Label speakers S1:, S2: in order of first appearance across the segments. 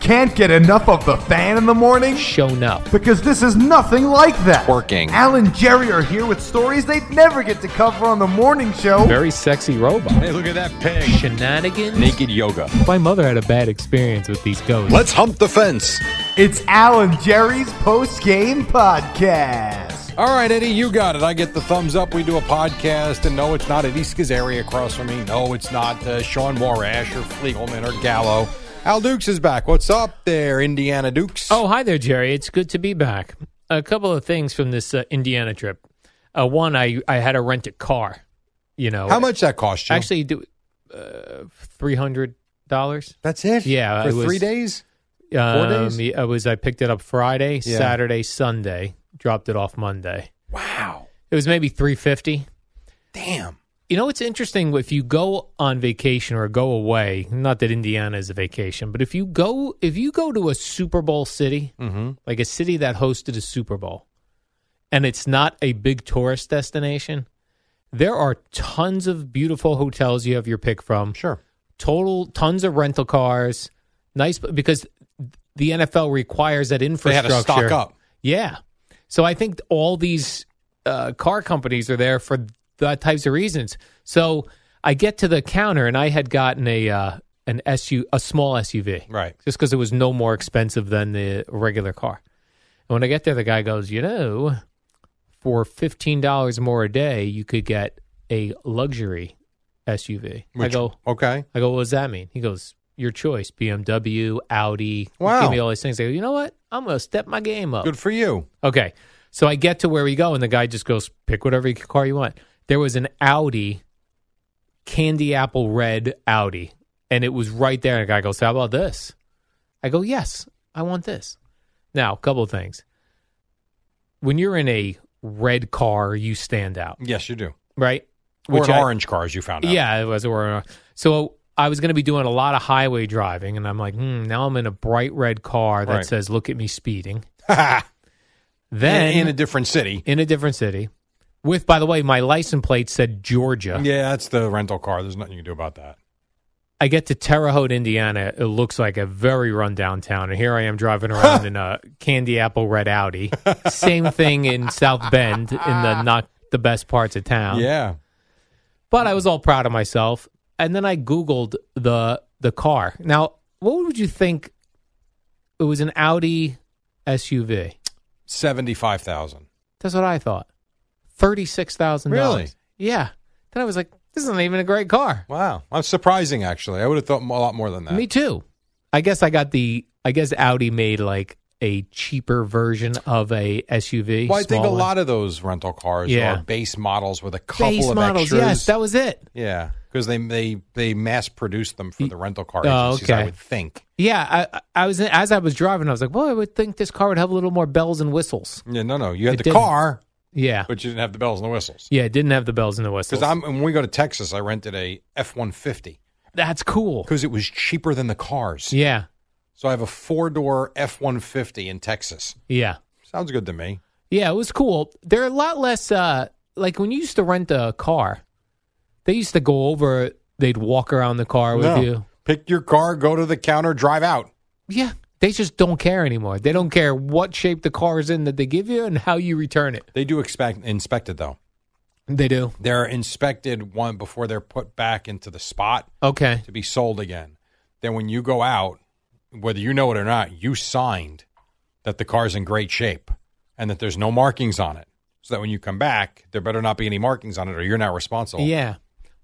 S1: Can't get enough of the fan in the morning?
S2: shown up.
S1: Because this is nothing like that.
S3: Twerking.
S1: Al and Jerry are here with stories they'd never get to cover on the morning show.
S2: Very sexy robot.
S3: Hey, look at that pig.
S2: Shenanigans.
S3: Naked yoga.
S2: My mother had a bad experience with these ghosts.
S3: Let's hump the fence.
S1: It's Al and Jerry's post game podcast.
S3: All right, Eddie, you got it. I get the thumbs up. We do a podcast, and no, it's not Eddie Schizzeri across from me. No, it's not uh, Sean Morash or Fliegelman or Gallo. Al Dukes is back. What's up there, Indiana Dukes?
S2: Oh, hi there, Jerry. It's good to be back. A couple of things from this uh, Indiana trip. Uh, one, I I had to rent a car. You know
S3: how much that cost you?
S2: Actually, do uh, three hundred dollars.
S3: that's it.
S2: Yeah,
S3: for
S2: it was-
S3: three days.
S2: Um,
S3: days?
S2: yeah, it was I picked it up Friday,
S3: Yeah.
S2: Saturday, Sunday, dropped it off Monday.
S3: Wow,
S2: It was maybe three fifty.
S3: damn.
S2: You know, it's interesting if you go on vacation or go away. Not that Indiana is a vacation, but if you go if you go to a Super Bowl city, like a city that hosted a Super Bowl, and it's not a big tourist destination, there are tons of beautiful hotels you have your pick from.
S3: Sure.
S2: Total tons of rental cars. Nice because the NFL requires that
S3: They had
S2: infrastructure.
S3: to stock up.
S2: Yeah. So I think all these uh, car companies are there for that types of reasons. So I get to the counter and I had gotten a uh, an SU a small SUV
S3: Right.
S2: just because it was no more expensive than the regular car. And when I get there, the guy goes, you know, for fifteen dollars more a day, you could get a luxury SUV. I
S3: Which-
S2: go,
S3: Okay.
S2: I go, what does that mean? He goes, your choice, BMW, Audi.
S3: Wow.
S2: Give me all these things. I go, you know what? I'm going to step my game up.
S3: Good for you.
S2: Okay. So I get to where we go, and the guy just goes, pick whatever car you want. There was an Audi, candy apple red Audi, and it was right there. And the guy goes, how about this? I go, yes, I want this. Now, a couple of things. When you're in a red car, you stand out,
S3: Yes, you do.
S2: right?
S3: Which
S2: Which I-
S3: orange cars you found out?
S2: yeah, it was. Or, so I was going to be doing a lot of highway driving, and I'm like, hmm, now I'm in a bright red car that
S3: Right.
S2: says, look at me speeding.
S3: in,
S2: Then
S3: in a different city.
S2: in a different city. With, by the way, my license plate said Georgia.
S3: Yeah, that's the rental car. There's nothing you can do about that.
S2: I get to Terre Haute, Indiana. It looks like a very rundown town, and here I am driving around in a candy apple red Audi. Same thing in South Bend, in the not the best parts of town.
S3: yeah.
S2: But I was all proud of myself, and then I googled the the car. Now, what would you think? It was an Audi SUV.
S3: Seventy-five thousand.
S2: That's what I thought. Thirty six thousand
S3: Really?
S2: dollars. Yeah. Then I was like, this isn't even a great car.
S3: Wow, that's surprising. Actually, I would have thought a lot more than that.
S2: Me too. I guess I got the. I guess Audi made like a cheaper version of a SUV.
S3: well, I think a
S2: smaller.
S3: lot of those rental cars
S2: Yeah.
S3: are base models with a couple
S2: base
S3: of
S2: models.
S3: extras.
S2: Yes, that was it.
S3: yeah, because they they they mass produce them for the rental car
S2: Oh,
S3: agencies.
S2: okay.
S3: I would think.
S2: Yeah, I- I, I was as I was driving, I was like, "Well, I would think this car would have a little more bells and whistles."
S3: Yeah, no, no, you had
S2: It
S3: the
S2: didn't.
S3: car,
S2: Yeah,
S3: but you didn't have the bells and the whistles.
S2: yeah, it didn't have the bells and the
S3: Because
S2: whistles.
S3: I'm when we go to Texas, I rented a F one fifty
S2: That's cool.
S3: because it was cheaper than the cars.
S2: Yeah,
S3: So I have a four door F one fifty in Texas.
S2: yeah,
S3: Sounds good to me.
S2: yeah. It was cool. They're a lot less. Uh, like when you used to rent a car, they used to go over. They'd walk around the car with
S3: No.
S2: you.
S3: Pick your car, go to the counter, drive out.
S2: Yeah, they just don't care anymore. They don't care what shape the car is in that they give you and how you return it.
S3: They do expect inspect it though.
S2: They do.
S3: They're inspected one before they're put back into the spot.
S2: Okay.
S3: to be sold again. Then when you go out, whether you know it or not, you signed that the car's in great shape and that there's no Oh. markings on it. So that when you come back, there better not be any markings on it or you're not responsible.
S2: Yeah.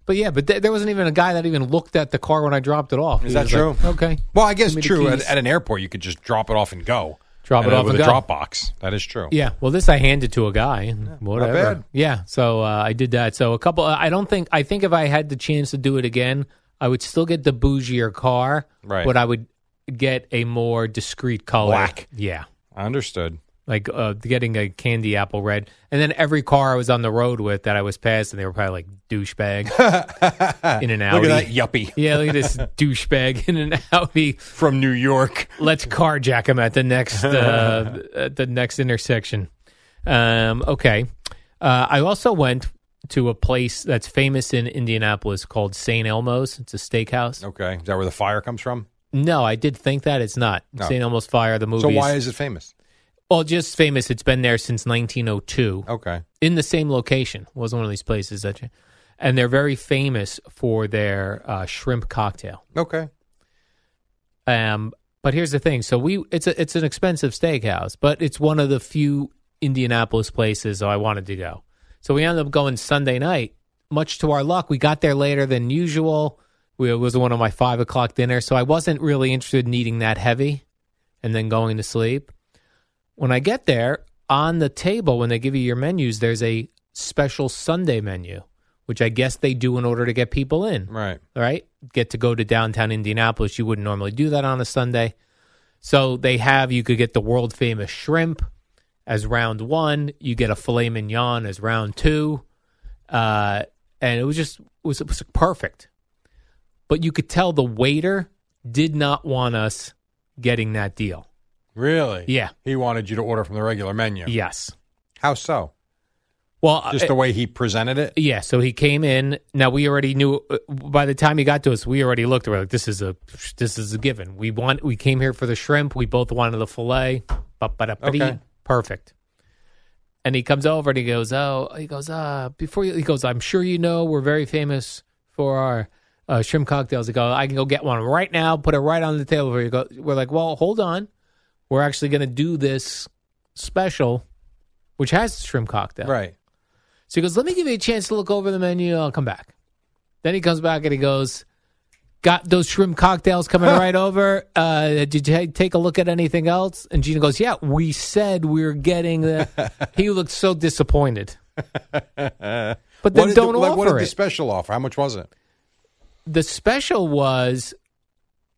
S2: But yeah, but th- there wasn't even a guy that even looked at the car when I dropped it off.
S3: Is
S2: He
S3: that
S2: was like,
S3: true?
S2: okay.
S3: Well, I guess
S2: Give me the
S3: true. At,
S2: keys.
S3: at an airport, you could just drop it off and go.
S2: Drop it
S3: And, uh,
S2: off
S3: with
S2: and
S3: a
S2: go.
S3: drop box. That is true.
S2: Yeah, well, this I handed to a guy. Whatever.
S3: bad.
S2: Yeah, so uh, I did that. So a couple. uh, I don't think. I think if I had the chance to do it again, I would still get the bougier car,
S3: Right.
S2: But I would get a more discreet color.
S3: Black.
S2: Yeah,
S3: Understood.
S2: like uh, getting a candy apple red. And then every car I was on the road with that I was past, and they were probably like douchebag in an Audi.
S3: Look at that yuppie
S2: Yeah, look at this douchebag in an Audi.
S3: from New York.
S2: Let's carjack him at the next uh, at the next intersection. Um, okay. Uh, I also went to a place that's famous in Indianapolis called St. Elmo's. It's a steakhouse.
S3: Okay. Is that where the fire comes from?
S2: No, I did think that it's not St. Elmo's Fire. The movie.
S3: So why is it famous?
S2: well just famous? It's been there since 1902
S3: Okay.
S2: in the same location. Wasn't one of these places that you. And they're very famous for their uh, shrimp cocktail.
S3: Okay.
S2: Um, but here's the thing: so we it's a it's an expensive steakhouse, but it's one of the few Indianapolis places I wanted to go. So we ended up going Sunday night. Much to our luck, we got there later than usual. We, it was one of my five o'clock dinners, so I wasn't really interested in eating that heavy, and then going to sleep. When I get there, on the table when they give you your menus, there's a special Sunday menu, which I guess they do in order to get people in
S3: Right.
S2: right? Get to go to downtown Indianapolis. You wouldn't normally do that on a Sunday. So they have, you could get the world famous shrimp as round one. You get a filet mignon as round two. Uh, and it was just, it was, it was perfect. But you could tell the waiter did not want us getting that deal.
S3: Really?
S2: Yeah.
S3: He wanted you to order from the regular menu.
S2: Yes.
S3: How so?
S2: Well, uh,
S3: Just the way he presented it?
S2: Yeah, so he came in. Now we already knew. uh, By the time he got to us, we already looked. We're like, this is a, this is a given. We want. We came here for the shrimp. We both wanted the fillet. Ba-ba-da-ba-dee.
S3: Okay.
S2: Perfect. And he comes over and he goes, oh, he goes, uh, before you, he goes, I'm sure you know we're very famous for our uh, shrimp cocktails. He goes, I can go get one right now, put it right on the table. for you. He goes- We're like, well, hold on. We're actually going to do this special, which has shrimp cocktail.
S3: Right.
S2: So he goes, "Let me give you a chance to look over the menu. I'll come back." Then he comes back and he goes, "Got those shrimp cocktails coming right over. Uh, did you ta- take a look at anything else?" And Gina goes, "Yeah, we said we were getting the." he looked so disappointed. But
S3: What
S2: then
S3: did
S2: don't
S3: the,
S2: offer
S3: like, What did
S2: it.
S3: the special offer? How much was it?
S2: the special was,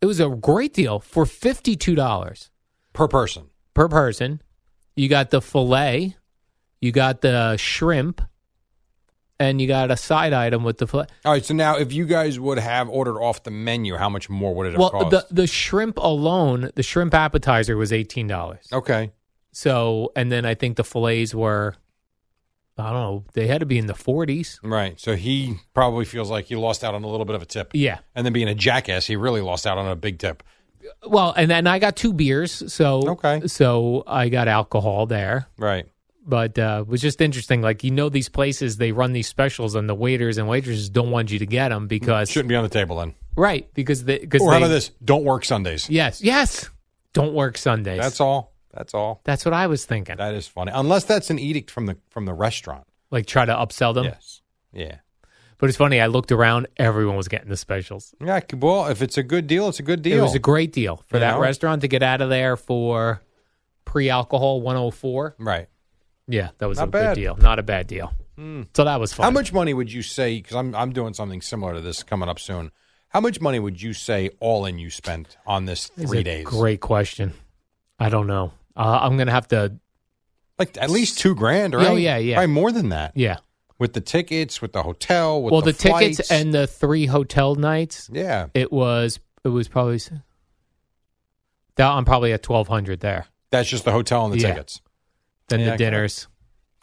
S2: it was a great deal for fifty two dollars.
S3: Per person.
S2: per person. You got the fillet, you got the shrimp, and you got a side item with the fillet.
S3: All right. So now, if you guys would have ordered off the menu, how much more would it have
S2: Well,
S3: cost?
S2: the the shrimp alone, the shrimp appetizer was eighteen dollars.
S3: okay.
S2: So, and then I think the fillets were, I don't know, they had to be in the forties.
S3: Right. So he probably feels like he lost out on a little bit of a tip.
S2: Yeah.
S3: And then being a jackass, he really lost out on a big tip.
S2: Well, and then I got two beers, so
S3: Okay.
S2: so I got alcohol there.
S3: Right.
S2: But uh, it was just interesting. Like you know, these places they run these specials, and the waiters and waitresses don't want you to get them because
S3: Shouldn't be on the table then.
S2: Right, because the because
S3: Or how
S2: they-
S3: about this? Don't work Sundays.
S2: Yes, yes. Don't work Sundays.
S3: That's all. That's all.
S2: That's what I was thinking.
S3: That is funny. Unless that's an edict from the from the restaurant.
S2: like try to upsell them.
S3: Yes. Yeah.
S2: But it's funny. I looked around; everyone was getting the specials.
S3: Yeah. c- Well, if it's a good deal, it's a good deal.
S2: It was a great deal for
S3: You
S2: that
S3: know?
S2: restaurant to get out of there for pre-alcohol 104.
S3: right.
S2: Yeah, that was
S3: Not
S2: a
S3: bad. Hmm.
S2: good deal. Not a bad deal. So that was fun.
S3: How much money would you say? Because I'm I'm doing something similar to this coming up soon. How much money would you say all in you spent on this
S2: It's
S3: three
S2: a
S3: days?
S2: Great question. I don't know. Uh, I'm gonna have to.
S3: Like at least two grand,
S2: Oh,
S3: right?
S2: yeah, yeah.
S3: Probably more than that.
S2: Yeah.
S3: With the tickets, with the hotel, with
S2: well,
S3: the,
S2: the, tickets
S3: flights.
S2: and the three hotel nights.
S3: yeah,
S2: It was. It was probably. That I'm probably at 1,200 there.
S3: that's just the hotel and the
S2: Yeah.
S3: tickets.
S2: Then
S3: Yeah, I
S2: the
S3: got it.
S2: dinners.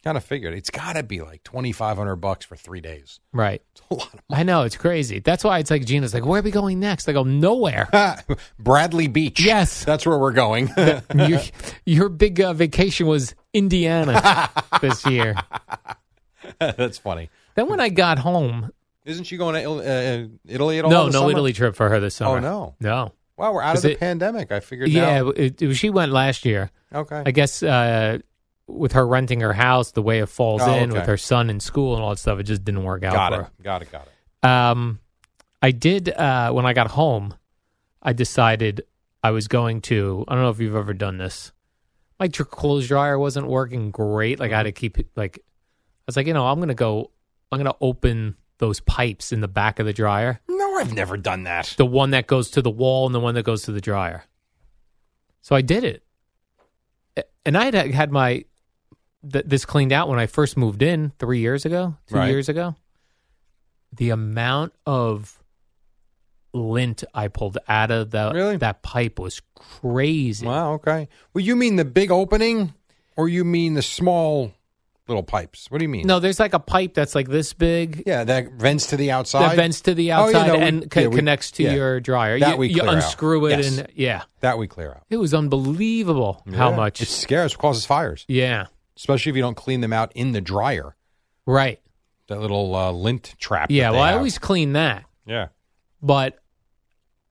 S3: Kind of figured it's got to be like twenty five hundred bucks for three days.
S2: Right.
S3: It's a lot of
S2: I know it's crazy. That's why it's like Gina's like, where are we going next? I go nowhere.
S3: money. Bradley Beach.
S2: Yes.
S3: that's where we're going.
S2: your, your big uh, vacation was Indiana this year.
S3: that's funny.
S2: Then when I got home,
S3: Isn't she going to Il- uh, Italy at all?
S2: no, no
S3: this summer?
S2: Italy trip for her this summer.
S3: Oh, no.
S2: no.
S3: Wow, we're out of
S2: Is
S3: the
S2: it-
S3: pandemic. I figured.
S2: Yeah,
S3: Now,
S2: it, it- she went last year.
S3: okay.
S2: I guess uh, with her renting her house, the way it falls
S3: Oh,
S2: in
S3: okay.
S2: with her son in school and all that stuff, it just didn't work out.
S3: got
S2: for
S3: it.
S2: her.
S3: Got it. Got it.
S2: Um, I did uh, when I got home. I decided I was going to. I don't know if you've ever done this. My dr- clothes dryer wasn't working great. Like I had to keep it. Like I was like, you know, I'm gonna go. I'm gonna open those pipes in the back of the dryer.
S3: No, I've never done that.
S2: The one that goes to the wall and the one that goes to the dryer. So I did it, A- and I had had my th- this cleaned out when I first moved in three years ago, two
S3: Right.
S2: years ago. The amount of lint I pulled out of the
S3: Really?
S2: that pipe was crazy.
S3: Wow, okay. Well, you mean the big opening or you mean the small little pipes? What do you mean?
S2: No, there's like a pipe that's like this big
S3: Yeah, that vents to the outside.
S2: that vents to the
S3: Oh, yeah,
S2: outside
S3: no, we-
S2: and co-
S3: yeah, we-
S2: connects to
S3: yeah.
S2: your dryer.
S3: That
S2: you,
S3: we
S2: you
S3: clear out.
S2: unscrew it
S3: Yes.
S2: and yeah,
S3: That we clear out.
S2: it was unbelievable how
S3: Yeah.
S2: much.
S3: It's scary. It causes fires,
S2: yeah,
S3: especially if you don't clean them out in the dryer.
S2: right.
S3: That little uh, lint trap.
S2: Yeah,
S3: that
S2: well,
S3: they
S2: I
S3: have.
S2: always clean that.
S3: Yeah.
S2: but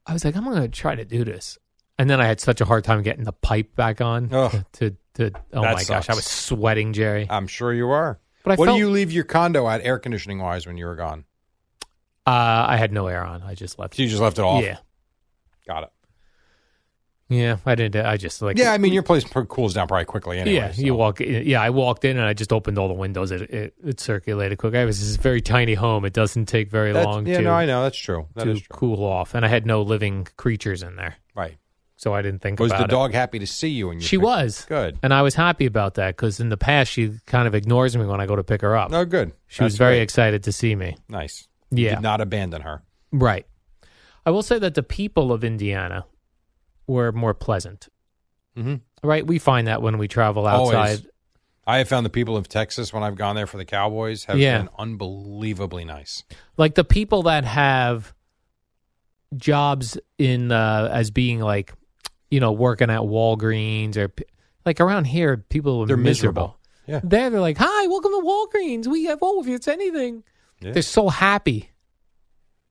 S2: I was like, I'm going to try to do this. And then I had such a hard time getting the pipe back on.
S3: Ugh.
S2: To, to, oh
S3: That
S2: my gosh, I
S3: sucks.
S2: was sweating, Jerry. Uh,
S3: I'm sure you are.
S2: But I
S3: what
S2: felt-
S3: do you leave your condo at air conditioning wise when you were gone?
S2: Uh, I had no air on. I just left.
S3: So you just left it off.
S2: Yeah,
S3: Got it.
S2: yeah. I didn't. I just like.
S3: yeah, I mean your place pro- cools down probably quickly anyway.
S2: yeah.
S3: so-
S2: You walk. Yeah, I walked in and I just opened all the windows. It it, it circulated quick. I was this very tiny home. It doesn't take very
S3: That's-
S2: long
S3: Yeah,
S2: to
S3: no, I know that's true. That
S2: to
S3: is true.
S2: cool off. And I had no living creatures in there,
S3: Right.
S2: so I didn't think
S3: Was
S2: about
S3: the
S2: it.
S3: dog happy to see you? And you
S2: She
S3: picked-
S2: was.
S3: good.
S2: And I was happy about that because in the past she kind of ignores me when I go to pick her up.
S3: Oh, good.
S2: She was
S3: That's
S2: very
S3: great.
S2: excited to see me.
S3: nice.
S2: Yeah.
S3: Did not abandon her.
S2: Right. I will say that the people of Indiana were more pleasant.
S3: Mhm.
S2: Right. We find that when we travel
S3: Always.
S2: outside.
S3: I have found the people of Texas when I've gone there for the Cowboys have
S2: Yeah.
S3: been unbelievably nice.
S2: Like the people that have jobs in uh, as being like, you know, working at Walgreens or p- like around here, people are
S3: They're
S2: miserable.
S3: miserable. Yeah.
S2: There, they're like, hi, welcome to Walgreens. We have all of you. It's anything.
S3: Yeah.
S2: They're so happy.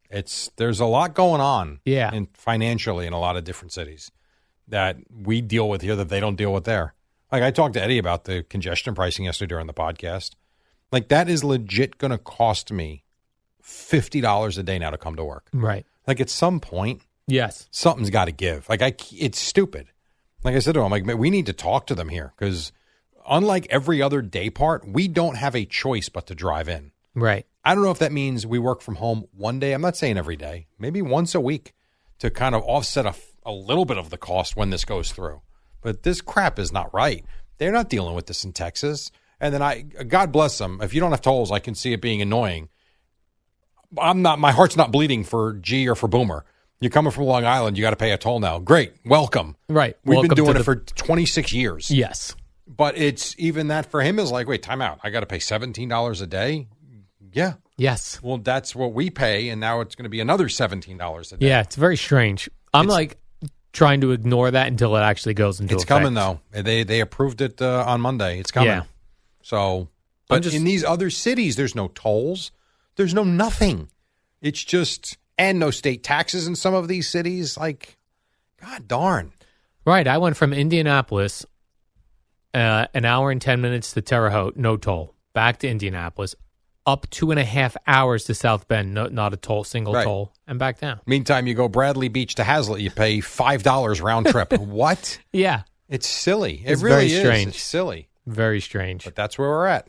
S3: It's there's a lot going on.
S2: Yeah.
S3: And financially in a lot of different cities that we deal with here that they don't deal with there. Like I talked to Eddie about the congestion pricing yesterday during the podcast. Like that is legit going to cost me fifty dollars a day now to come to work.
S2: Right.
S3: Like at some point,
S2: Yes.
S3: something's got to give. Like I, c- it's stupid. Like I said to him, like "Man, we need to talk to them here because unlike every other day part, we don't have a choice but to drive in.
S2: Right.
S3: I don't know if that means we work from home one day. I'm not saying every day, maybe once a week to kind of offset a, f- a little bit of the cost when this goes through. But this crap is not right. They're not dealing with this in Texas. And then I, God bless them. If you don't have tolls, I can see it being annoying. I'm not, my heart's not bleeding for G or for Boomer. You're coming from Long Island, you got to pay a toll now. Great. Welcome.
S2: Right.
S3: We've
S2: Welcome to
S3: been doing it
S2: the-
S3: for 26 years.
S2: Yes.
S3: But it's even that for him is like, wait, time out. I got to pay $17 a day. Yeah.
S2: Yes.
S3: Well, that's what we pay, and now it's going to be another seventeen dollars a day.
S2: Yeah, it's very strange. I'm like trying to ignore that until it actually goes into
S3: it's
S2: effect.
S3: coming though. They they approved it uh, on Monday. It's coming.
S2: Yeah.
S3: So, but
S2: just-
S3: in these other cities, there's no tolls. There's no nothing. It's just and no state taxes in some of these cities. Like, God darn.
S2: Right. I went from Indianapolis, uh, an hour and 10 minutes to Terre Haute, no toll, back to Indianapolis, up two and a half hours to South Bend, no, not a toll, single
S3: Right.
S2: toll, and back down.
S3: Meantime, you go Bradley Beach to Hazlitt, you pay five dollars round trip. what?
S2: Yeah.
S3: It's silly. It
S2: It's
S3: really
S2: very
S3: is.
S2: strange.
S3: It's silly.
S2: Very strange.
S3: But that's where we're at.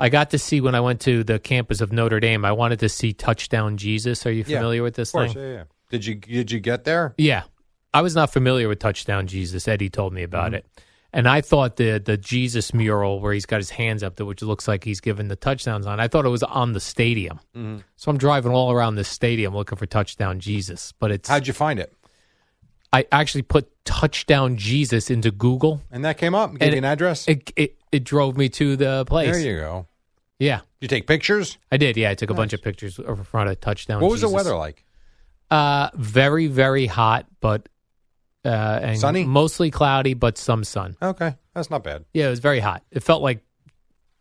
S2: I got to see when I went to the campus of Notre Dame, I wanted to see Touchdown Jesus. Are you
S3: Yeah,
S2: familiar with this
S3: Of course,
S2: thing?
S3: yeah, yeah. Did you did you get there?
S2: Yeah. I was not familiar with Touchdown Jesus. Eddie told me
S3: Mm-hmm.
S2: about it. And I thought the the Jesus mural where he's got his hands up, there, which looks like he's giving the touchdowns on, I thought it was on the stadium.
S3: Mm-hmm.
S2: So I'm driving all around the stadium looking for Touchdown Jesus. But it's
S3: How'd you find it?
S2: I actually put Touchdown Jesus into Google.
S3: And that came up. Gave
S2: And
S3: you an address.
S2: It, it it drove me to the place.
S3: There you go.
S2: Yeah.
S3: you take pictures?
S2: I did. Yeah, I took a bunch of pictures over front of touchdown.
S3: what was the
S2: Oh, Jesus.
S3: weather like?
S2: Uh, very very hot, but uh, and
S3: Sunny?
S2: mostly cloudy, but some sun.
S3: Okay, that's not bad.
S2: Yeah, it was very hot. It felt like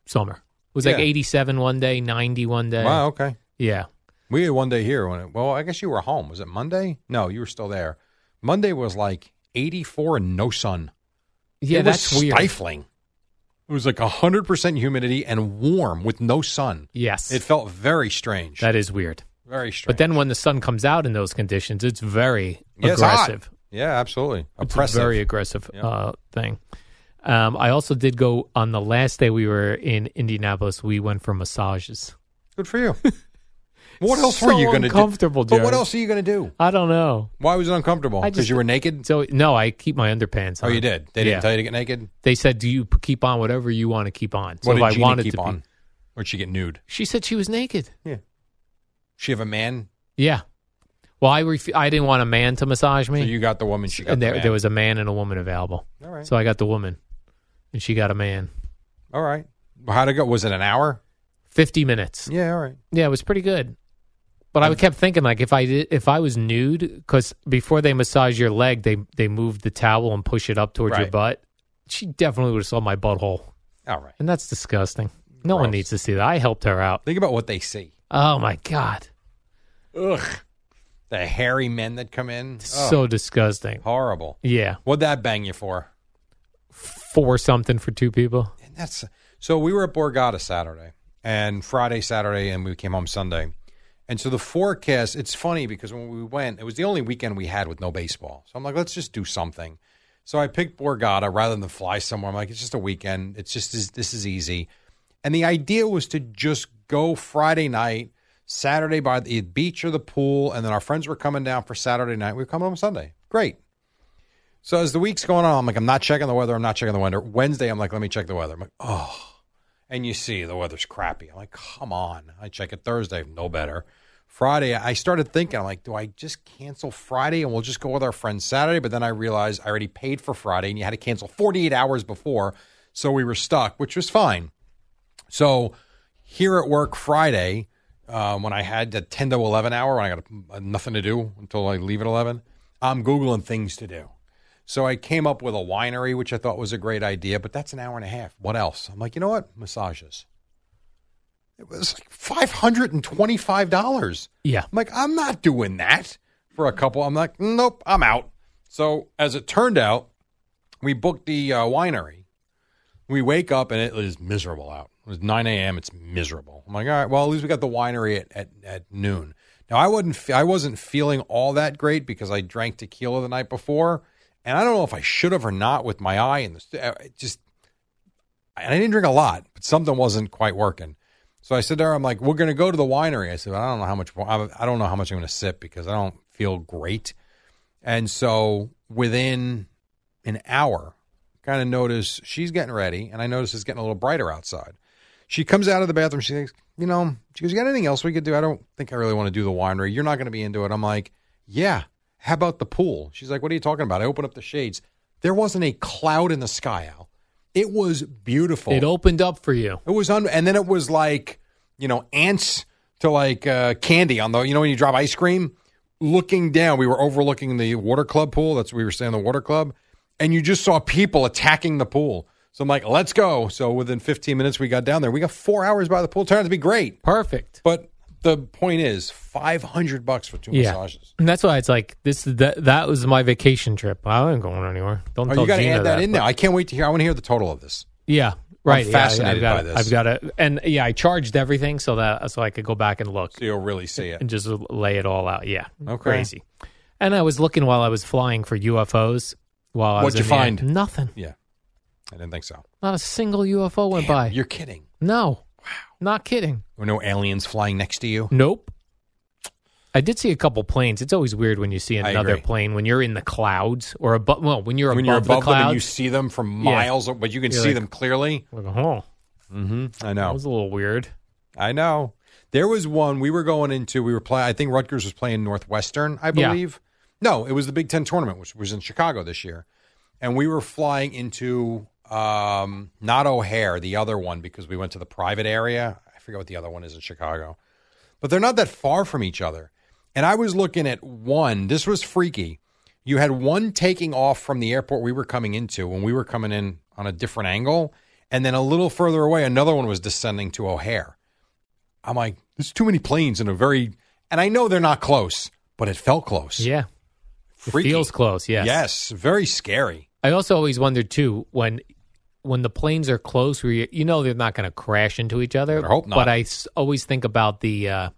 S2: summer. It was like
S3: Yeah.
S2: 87 one day, 90 one day.
S3: Wow. Okay.
S2: Yeah.
S3: We had one day here when it, well, I guess you were home. Was it Monday? No, you were still there. Monday was like 84 and no sun.
S2: Yeah,
S3: it was
S2: that's weird.
S3: stifling. It was like 100% humidity and warm with no sun.
S2: Yes.
S3: It felt very strange.
S2: that is weird.
S3: very strange.
S2: But then when the sun comes out in those conditions, it's very
S3: Yeah, it's hot.
S2: aggressive.
S3: Yeah, absolutely.
S2: It's
S3: Oppressive.
S2: a very aggressive
S3: Yeah.
S2: uh, thing. Um, I also did go on the last day we were in Indianapolis. We went for massages.
S3: Good for you. what else were
S2: So
S3: you going to do?
S2: uncomfortable,
S3: But what
S2: Jerry.
S3: else are you going to do?
S2: I don't know.
S3: Why was it uncomfortable?
S2: I
S3: Because
S2: just-
S3: you were naked?
S2: So no, I keep my underpants
S3: Oh,
S2: on.
S3: you did. They didn't
S2: Yeah.
S3: tell you to get naked?
S2: They said, "Do you p- keep on whatever you want to keep on?" So
S3: what did
S2: if
S3: Gina
S2: I wanted
S3: keep
S2: to be-
S3: on? Or did she get nude?
S2: she said she was naked.
S3: She have a man?
S2: Yeah. Well, I ref- I didn't want a man to massage me.
S3: so you got the woman, she got
S2: and
S3: the
S2: there,
S3: man.
S2: there was a man and a woman available.
S3: All right.
S2: So I got the woman, and she got a man.
S3: All right. How'd it go? Was it an hour?
S2: Fifty minutes.
S3: Yeah, all right.
S2: Yeah, it was pretty good. But I kept thinking, like, if I did, if I was nude, because before they massage your leg, they they move the towel and push it up towards your
S3: Right.
S2: butt. She definitely would have saw my butthole,
S3: All right.
S2: and that's disgusting. No one
S3: Gross.
S2: needs to see that. I helped her out.
S3: Think about what they see.
S2: Oh my god,
S3: Ugh. The hairy men that come in. Ugh,
S2: so disgusting.
S3: horrible.
S2: Yeah,
S3: What'd that bang you for?
S2: four something for two people.
S3: And that's so we were at Borgata Saturday and Friday, Saturday, and we came home Sunday. And so the forecast, it's funny because when we went, it was the only weekend we had with no baseball. So I'm like, let's just do something. So I picked Borgata rather than fly somewhere. I'm like, it's just a weekend. It's just this, this is easy. And the idea was to just go Friday night, Saturday by the beach or the pool, and then our friends were coming down for Saturday night. We were coming home Sunday. Great. So as the week's going on, I'm like, I'm not checking the weather. I'm not checking the weather. Wednesday, I'm like, let me check the weather. I'm like, oh. And you see the weather's crappy. I'm like, come on. I check it Thursday, no better. Friday, I started thinking, I'm like, do I just cancel Friday and we'll just go with our friends Saturday? But then I realized I already paid for Friday and you had to cancel 48 hours before. So we were stuck, which was fine. So here at work Friday, um, when I had the 10 to 11 hour, when I got uh, nothing to do until I leave at 11, I'm Googling things to do. So I came up with a winery, which I thought was a great idea, but that's an hour and a half. What else? I'm like, you know what? Massages. It was like $525.
S2: Yeah,
S3: I'm like, I'm not doing that for a couple. I'm like, nope, I'm out. So as it turned out, we booked the uh, winery. We wake up and it is miserable out. It was 9 a.m. It's miserable. I'm like, all right, well, at least we got the winery at, at, at noon. Now I wasn't fe- I wasn't feeling all that great because I drank tequila the night before, and I don't know if I should have or not with my eye and the st- uh, it just. And I didn't drink a lot, but something wasn't quite working. So I said to her, I'm like, we're going to go to the winery. I said, I don't know how much, I I don't know how much I'm going to sip because I don't feel great. And so within an hour, kind of notice she's getting ready and I notice it's getting a little brighter outside. She comes out of the bathroom. She thinks, you know, she goes, you got anything else we could do? I don't think I really want to do the winery. You're not going to be into it. I'm like, yeah. How about the pool? She's like, what are you talking about? I open up the shades. There wasn't a cloud in the sky, Al. It was beautiful.
S2: it opened up for you.
S3: It was un- and then it was like you know ants to like uh, candy on the you know when you drop ice cream. Looking down, we were overlooking the water club pool. That's where we were staying in the water club, and you just saw people attacking the pool. So I'm like, let's go. So within 15 minutes, we got down there. We got four hours by the pool. Turned out to be great.
S2: Perfect.
S3: But the point is, 500 bucks for two massages.
S2: And that's why it's like this. is That that was my vacation trip. I ain't going anywhere. Don't
S3: Oh,
S2: tell
S3: you got to
S2: Gina
S3: add that, in
S2: but-
S3: now. I can't wait to hear. I want to hear the total of this.
S2: Yeah, right. Yeah, I-
S3: fascinated
S2: I've got
S3: by
S2: it.
S3: this.
S2: I've got it, and yeah, I charged everything so that so I could go back and look
S3: So you'll really see it.
S2: and just lay it all out. Yeah,
S3: Okay.
S2: crazy. And I was looking while I was flying for UFOs. While I was
S3: What'd
S2: in
S3: you
S2: the air.
S3: find?
S2: Nothing.
S3: Yeah, I didn't think so.
S2: Not a single UFO went by.
S3: You're kidding.
S2: No. Wow. Not kidding.
S3: There were no aliens flying next to you.
S2: Nope. I did see a couple planes. It's always weird when you see
S3: I
S2: another
S3: agree.
S2: plane when you're in the clouds or above. Well, when you're
S3: when
S2: above
S3: you're above
S2: the
S3: them and
S2: clouds,
S3: you see them from
S2: Yeah.
S3: miles, but you can
S2: You're
S3: see
S2: like-
S3: them clearly.
S2: like, oh,
S3: Mm-hmm. I
S2: that
S3: know.
S2: was a little weird.
S3: I know. There was one we were going into. We were playing. I think Rutgers was playing Northwestern. I
S2: Yeah.
S3: believe. No, it was the Big Ten tournament, which was in Chicago this year, and we were flying into um, not O'Hare, the other one, because we went to the private area. I forget what the other one is in Chicago. But they're not that far from each other. And I was looking at one. This was freaky. You had one taking off from the airport we were coming into when we were coming in on a different angle. And then a little further away, another one was descending to O'Hare. I'm like, there's too many planes in a very, and I know they're not close, but it felt close.
S2: Yeah.
S3: Freaky.
S2: It feels close, yes.
S3: Yes, very scary.
S2: I also always wondered too when when the planes are close, where you, you know they're not going to crash into each other.
S3: I hope not.
S2: But I s- always think about the uh,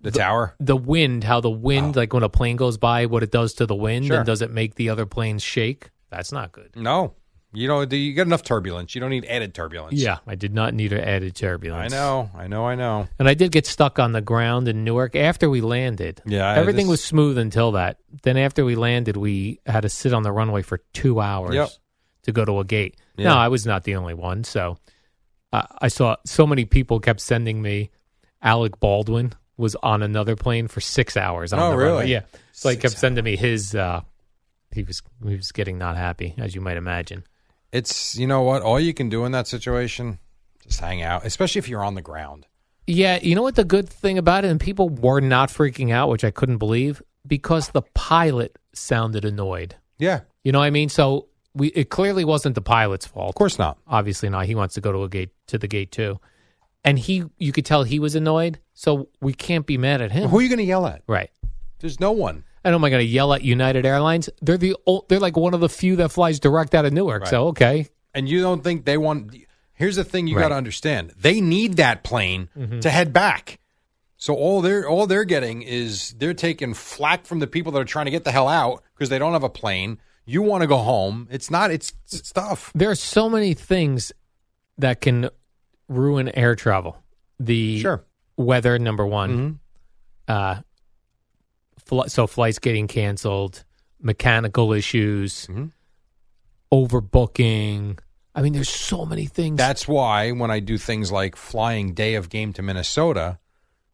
S3: The, tower.
S2: the wind, how the wind, like when a plane goes by, what it does to the wind,
S3: Sure.
S2: and does it make the other planes shake? That's not good.
S3: No, you know, you got enough turbulence. You don't need added turbulence.
S2: Yeah, I did not need an added
S3: I
S2: turbulence.
S3: know, I know, I know.
S2: and I did get stuck on the ground in Newark after we landed.
S3: Yeah, I-
S2: everything
S3: this-
S2: was smooth until that. Then after we landed, we had to sit on the runway for two hours
S3: Yep.
S2: to go to a gate.
S3: Yeah.
S2: No, I was not the only one. So uh, I saw so many people kept sending me. Alec Baldwin was on another plane for six hours. On
S3: Oh,
S2: the
S3: really?
S2: runway. Yeah. So he
S3: Six
S2: kept sending me his. Uh, he was he was getting not happy, as you might imagine.
S3: It's you know what, all you can do in that situation, just hang out, especially if you're on the ground.
S2: Yeah, you know what the good thing about it, and people were not freaking out, which I couldn't believe, because the pilot sounded annoyed.
S3: Yeah,
S2: You know what I mean? So we it clearly wasn't the pilot's fault.
S3: of course not.
S2: Obviously not. He wants to go to a gate to the gate too. And he you could tell he was annoyed, so we can't be mad at him.
S3: Who are you going to yell at?
S2: right.
S3: There's no one.
S2: And am I going to yell at United Airlines? They're the ol they're like one of the few that flies direct out of Newark. So okay,
S3: and you don't think they want here's the thing you
S2: Right.
S3: got to understand they need that plane to head back so all they're all they're getting is they're taking flack from the people that are trying to get the hell out because they don't have a plane you want to go home it's not it's, it's tough
S2: there are so many things that can ruin air travel. The
S3: sure Mm-hmm.
S2: weather number one uh fl- so flights getting canceled mechanical issues
S3: Mm-hmm.
S2: overbooking i mean there's so many things
S3: that's why when i do things like flying day of game to minnesota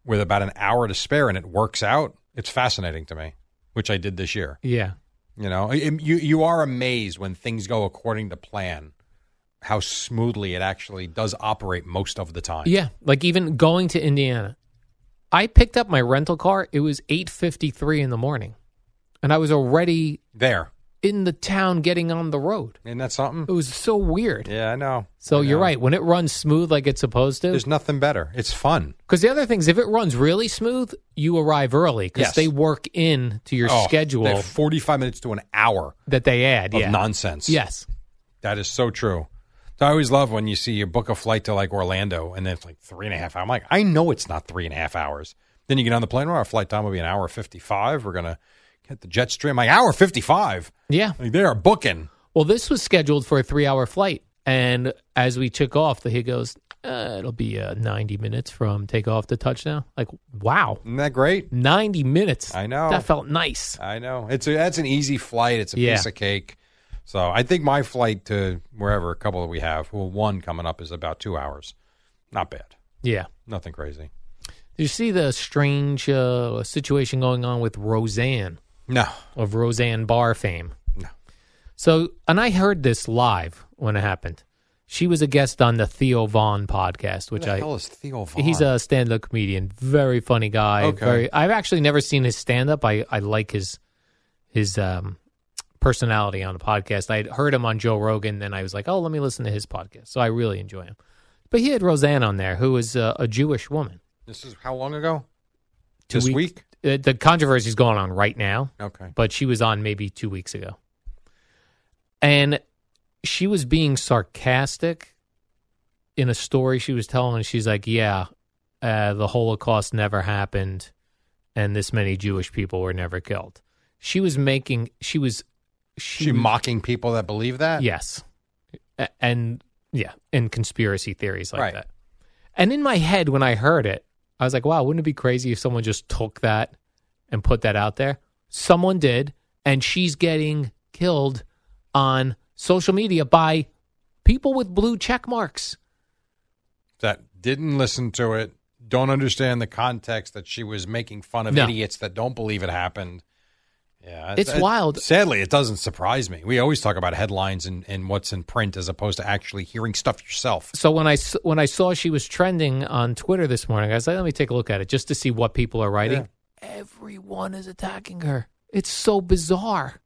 S3: with about an hour to spare and it works out it's fascinating to me which i did this year
S2: yeah
S3: You know, it- you you are amazed when things go according to plan, how smoothly it actually does operate most of the time.
S2: yeah like even going to indiana i picked up my rental car it was 8.53 in the morning and i was already
S3: there,
S2: in the town getting on the road
S3: isn't that something?
S2: it was so weird
S3: Yeah, I know.
S2: so
S3: I
S2: you're
S3: know.
S2: right when it runs smooth like it's supposed to
S3: There's nothing better. It's fun.
S2: Because the other thing is, if it runs really smooth, you arrive early because
S3: Yes.
S2: they work in to your
S3: Oh, they
S2: schedule
S3: have 45 minutes to an hour
S2: that they add.
S3: of
S2: yeah.
S3: nonsense.
S2: Yes.
S3: that is so true. So I always love when you see you book a flight to like Orlando and then it's like three and a half. hours. I'm like, I know it's not three and a half hours. Then you get on the plane. Well, our flight time will be an hour fifty five. We're gonna get the jet stream. Like hour fifty five.
S2: Yeah.
S3: Like they are booking.
S2: Well, this was scheduled for a three-hour flight, and as we took off, the he goes, uh, "It'll be uh, ninety minutes from takeoff to touchdown." Like, wow,
S3: Isn't that great?
S2: ninety minutes.
S3: I know.
S2: That felt nice.
S3: I know. It's a, that's an easy flight. It's a
S2: Yeah.
S3: piece of cake. So I think my flight to wherever a couple that we have, well, one coming up is about two hours. Not bad.
S2: Yeah.
S3: Nothing crazy.
S2: Did you see the strange uh, situation going on with Roseanne?
S3: No.
S2: of Roseanne Barr fame.
S3: No.
S2: So, and I heard this live when it happened. She was a guest on the Theo Vaughn podcast,
S3: What
S2: which
S3: the
S2: I
S3: hell is Theo Vaughn?
S2: he's a stand-up comedian, very funny guy.
S3: Okay.
S2: Very, I've actually never seen his stand-up. I I like his his um, personality on the podcast. I had heard him on Joe Rogan, then I was like, oh, let me listen to his podcast. So I really enjoy him. But he had Roseanne on there, who is uh, a Jewish woman.
S3: This is how long ago?
S2: Two
S3: this
S2: week-
S3: week?
S2: Uh, the controversy's going on right now.
S3: Okay.
S2: but she was on maybe two weeks ago. And she was being sarcastic in a story she was telling. She's like, Yeah, uh, the Holocaust never happened, and this many Jewish people were never killed. She was making, she was, she,
S3: She
S2: was-
S3: mocking people that believe that?
S2: Yes. A- And yeah, and conspiracy theories like
S3: Right.
S2: that. And in my head, when I heard it, I was like, wow, wouldn't it be crazy if someone just took that and put that out there? Someone did, and she's getting killed on social media by people with blue check marks.
S3: That didn't listen to it, don't understand the context that she was making fun of
S2: No.
S3: idiots that don't believe it happened. Yeah,
S2: It's
S3: it-
S2: wild.
S3: Sadly, it doesn't surprise me. We always talk about headlines and, and what's in print as opposed to actually hearing stuff yourself.
S2: So when I s- when I saw she was trending on Twitter this morning, I was like, let me take a look at it just to see what people are writing. Everyone is attacking her. It's so bizarre.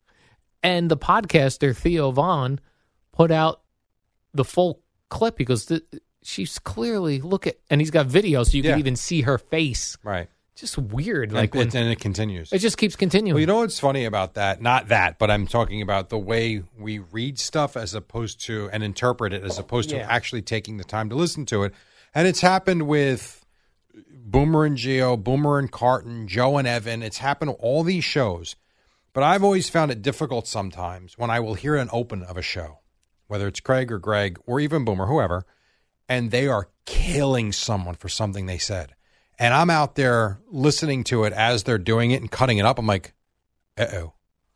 S2: And the podcaster Theo Vaughn put out the full clip. He goes, "Th- she's clearly look at, and he's got video, so you
S3: Yeah.
S2: can even see her face.
S3: Right.
S2: Just weird,
S3: Like
S2: like
S3: and,
S2: when,
S3: it- and it continues.
S2: it just keeps continuing.
S3: Well, you know what's funny about that? Not that, but I'm talking about the way we read stuff as opposed to and interpret it as opposed
S2: Yeah.
S3: to actually taking the time to listen to it. And it's happened with Boomer and Geo, Boomer and Carton, Joe and Evan. It's happened to all these shows. But I've always found it difficult sometimes when I will hear an open of a show, whether it's Craig or Greg or even Boomer, whoever, and they are killing someone for something they said. And I'm out there listening to it as they're doing it and cutting it up. I'm like, uh oh,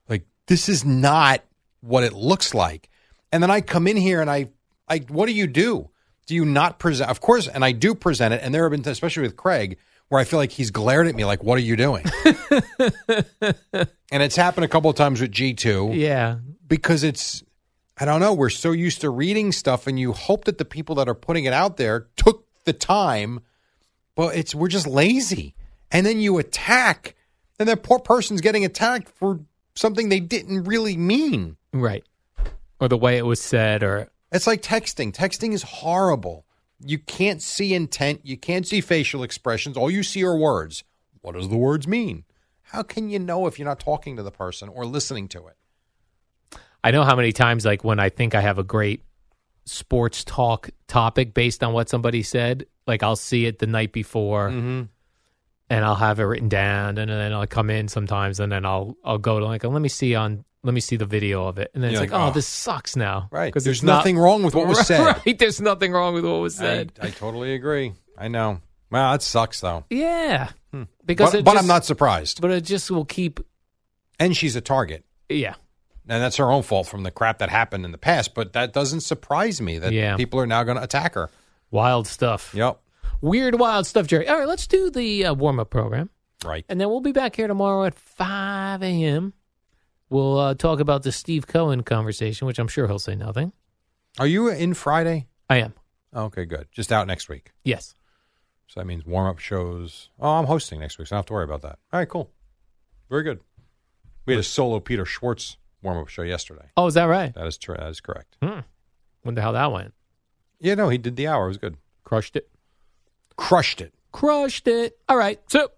S3: like this is not what it looks like. And then I come in here and I, I, what do you do? Do you not present? Of course, and I do present it. And there have been, especially with Craig, where I feel like he's glared at me, like, what are you doing? and it's happened a couple of times with G2
S2: yeah,
S3: because it's, I don't know, we're so used to reading stuff and you hope that the people that are putting it out there took the time, but it's, we're just lazy. And then you attack, and that poor person's getting attacked for something they didn't really mean.
S2: right. Or the way it was said, or
S3: It's like texting. Texting is horrible. You can't see intent. You can't see facial expressions. All you see are words. What does the words mean? How can you know if you're not talking to the person or listening to it?
S2: I know how many times, like when I think I have a great sports talk topic based on what somebody said, like I'll see it the night before
S3: Mm-hmm.
S2: and I'll have it written down, and then I'll come in sometimes, and then I'll I'll go to like, let me see on. Let me see the video of it, and then
S3: You're
S2: it's like,
S3: like,
S2: oh,
S3: "Oh."
S2: this sucks now,
S3: Right.
S2: 'Cause
S3: There's
S2: it's not-
S3: nothing wrong with what was said.
S2: Right, there's nothing wrong with what was
S3: I,
S2: said.
S3: I totally agree. I know. Wow, that sucks though.
S2: yeah, because
S3: Hmm. but,
S2: it
S3: but
S2: just-
S3: I'm not surprised.
S2: But it just will keep.
S3: And she's a target.
S2: Yeah,
S3: And that's her own fault from the crap that happened in the past, but that doesn't surprise me that
S2: Yeah.
S3: people are now going to attack her.
S2: wild stuff.
S3: Yep.
S2: Weird, wild stuff, Jerry. All right, let's do the uh, warm up program.
S3: Right.
S2: And then we'll be back here tomorrow at 5 a.m. We'll uh, talk about the Steve Cohen conversation, which I'm sure he'll say nothing.
S3: Are you in Friday?
S2: I am.
S3: Okay, good. Just out next week.
S2: Yes.
S3: So that means warm up shows. Oh, I'm hosting next week, so I don't have to worry about that. All right, cool. Very good. We had a solo Peter Schwartz warm up show yesterday.
S2: Oh, is that right? Hmm.
S3: That is true. That is correct.
S2: Wonder how that went.
S3: Yeah, no, he did the hour. It was good.
S2: Crushed it.
S3: Crushed it.
S2: Crushed it. All right. So.